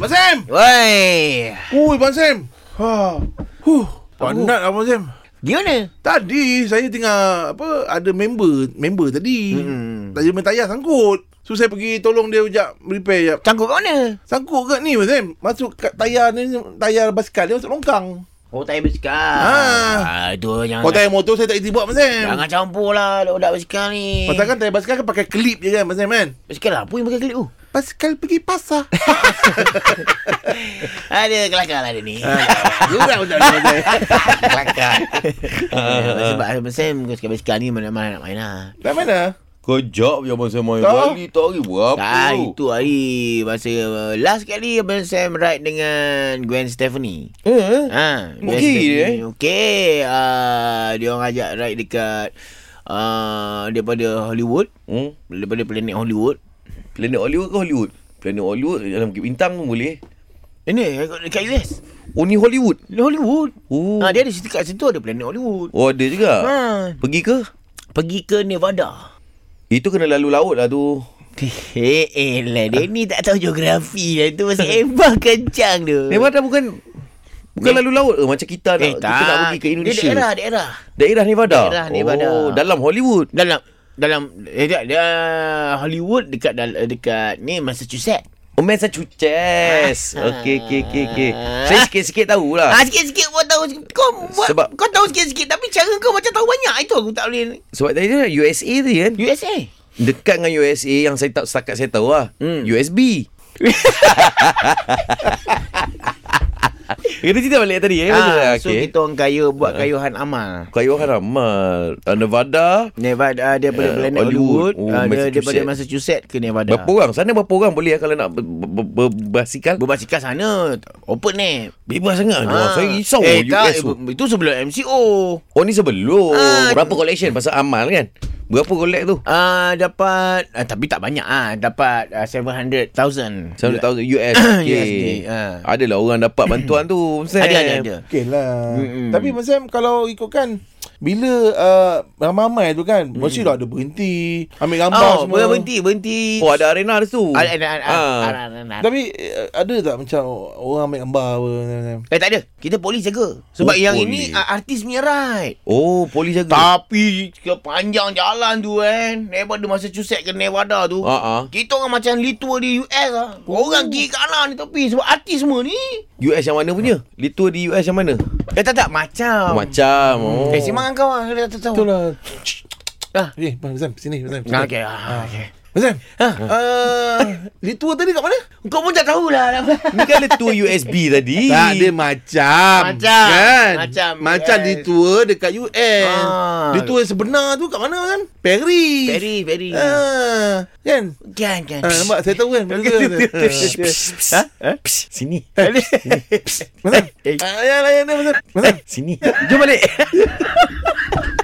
Abang Sam Woi. Ui Abang Sam ha. Huh Penat Abang Sam Gimana? Tadi saya tengah apa ada member member tadi. Hmm. Mm-mm. Tadi main tayar sangkut. So saya pergi tolong dia jap repair jap. Cangkuk kat mana? Sangkut kat ni Abang Sam. Masuk kat tayar ni tayar basikal dia masuk longkang. Oh, tayar basikal. Ha. Ah. Ah, itu jangan. Kalau tayar motor saya tak reti buat Abang Sam. Jangan campur lah budak basikal ni. Pasal kan tayar basikal kan pakai klip je kan Abang Sam kan. Basikal apa yang pakai klip tu? Basikal pergi pasar. Ada kelakar lah dia ni. Ha. Ah. Jurang tak Abang Sam. kelakar. Ah, Sebab Abang Sam kau suka basikal ni mana-mana nak main lah. Dah mana? Kejap je abang saya main Tak. kali Tak hari berapa Ah, itu hari masa uh, last kali Abang Sam ride dengan Gwen Stefani. Eh. Ha, Oh. Okey dia, eh? Okey. Uh, dia orang ajak ride dekat uh, daripada Hollywood, hmm? daripada planet Hollywood. Planet Hollywood ke Hollywood? Planet Hollywood dalam Bukit Bintang pun boleh Ini dekat- dekat US. Only Hollywood Di Hollywood. Oh, Ha, dia ada situ kat situ ada planet Hollywood. oh ada juga Ha. Pergi ke? Pergi ke Nevada. Itu kena lalu laut lah tu Eh, eh lah. Dia ni tak tahu geografi lah. Tu masih ebah kencang tu. Nevada bukan Bukan lalu laut ke? Eh. Macam kita nak, Eh, tak. kita nak pergi ke Indonesia Dia daerah, daerah. Daerah Nevada Daerah Nevada. Oh dalam Hollywood Dalam dalam eh, dia, dia, Hollywood dekat dal- eh, dekat ni Massachusetts. Oh Massachusetts Okay okay okay, okay. Saya sikit-sikit tahulah Ah sikit-sikit kau tahu kau buat, Sebab- kau tahu sikit-sikit tapi cara kau macam tahu banyak itu aku tak boleh. Sebab tadi dia USA tu kan USA. Dekat dengan USA yang saya tak setakat saya tahu lah Hmm. USB Kita cerita balik tadi eh Ah, ah, so okay. okay. kita orang kaya buat kayuhan amal. Kayu Haramal uh, kan Nevada Nevada uh, daripada Ah, planet Hollywood, Hollywood. Oh, uh, dia- daripada Massachusetts ke Nevada. Berapa orang? Sana berapa orang boleh eh, kalau nak ber- ber- ber- berbasikal? Berbasikal sana Open ni Bebas sangat ah. Saya risau Eh tak US tu. eh, Itu sebelum MCO Oh ni sebelum Ah. Berapa collection pasal Amal kan? Berapa collect tu? uh, Dapat uh, Tapi tak banyak ah Dapat uh, 700,000 100,000 US USD, okay. ah. Adalah orang dapat bantuan tu Sam. Ada ada ada Okey lah. Mm-mm. Mm-mm. Tapi Mas Sam kalau ikutkan bila uh, ramai-ramai tu kan, mm. mesti dah ada berhenti, ambil gambar Oh semua. berhenti Berhenti Oh ada arena tu Al- al- al- Ah. al- al- al- al- Tapi uh, ada tak macam orang ambil gambar apa Mas Sam? Eh tak ada Kita polis jaga Sebab Oh, yang polis. ini uh, Artis punya ride Oh polis jaga Tapi ke panjang jalan tu kan Daripada Massachusetts ke Nevada tu Ah, ah. Kita orang macam litua di US lah Orang kiri kanan ni tepi Sebab artis semua ni US yang mana punya? Litua di US yang mana? Eh tak tak Ah. macam Oh, macam oh. Eh simang kau lah Dia tak tahu Betul lah. Ah. Eh, Mas Sam, sini Mas Sam. sini. Nah, okay, ah, okay. Mas Sam. Ha. Uh, Litua tadi kat mana? Kau pun tak lah. tahulah Ni kan letua USB tadi Tak, dia macam. Macam. Kan? Macam, Macam yes. Litua dekat US. Ah. Litua yang sebenar tu kat mana Mas Sam? Paris. Very very Ah, kan? Kan kan Ah, nampak saya tahu kan. Betul ke? Psh, Ah. psh, psh. Psh, Sini lah, Mazam. Ah, ya, ya, ya, Mazam. Mazam. Sini Jom balik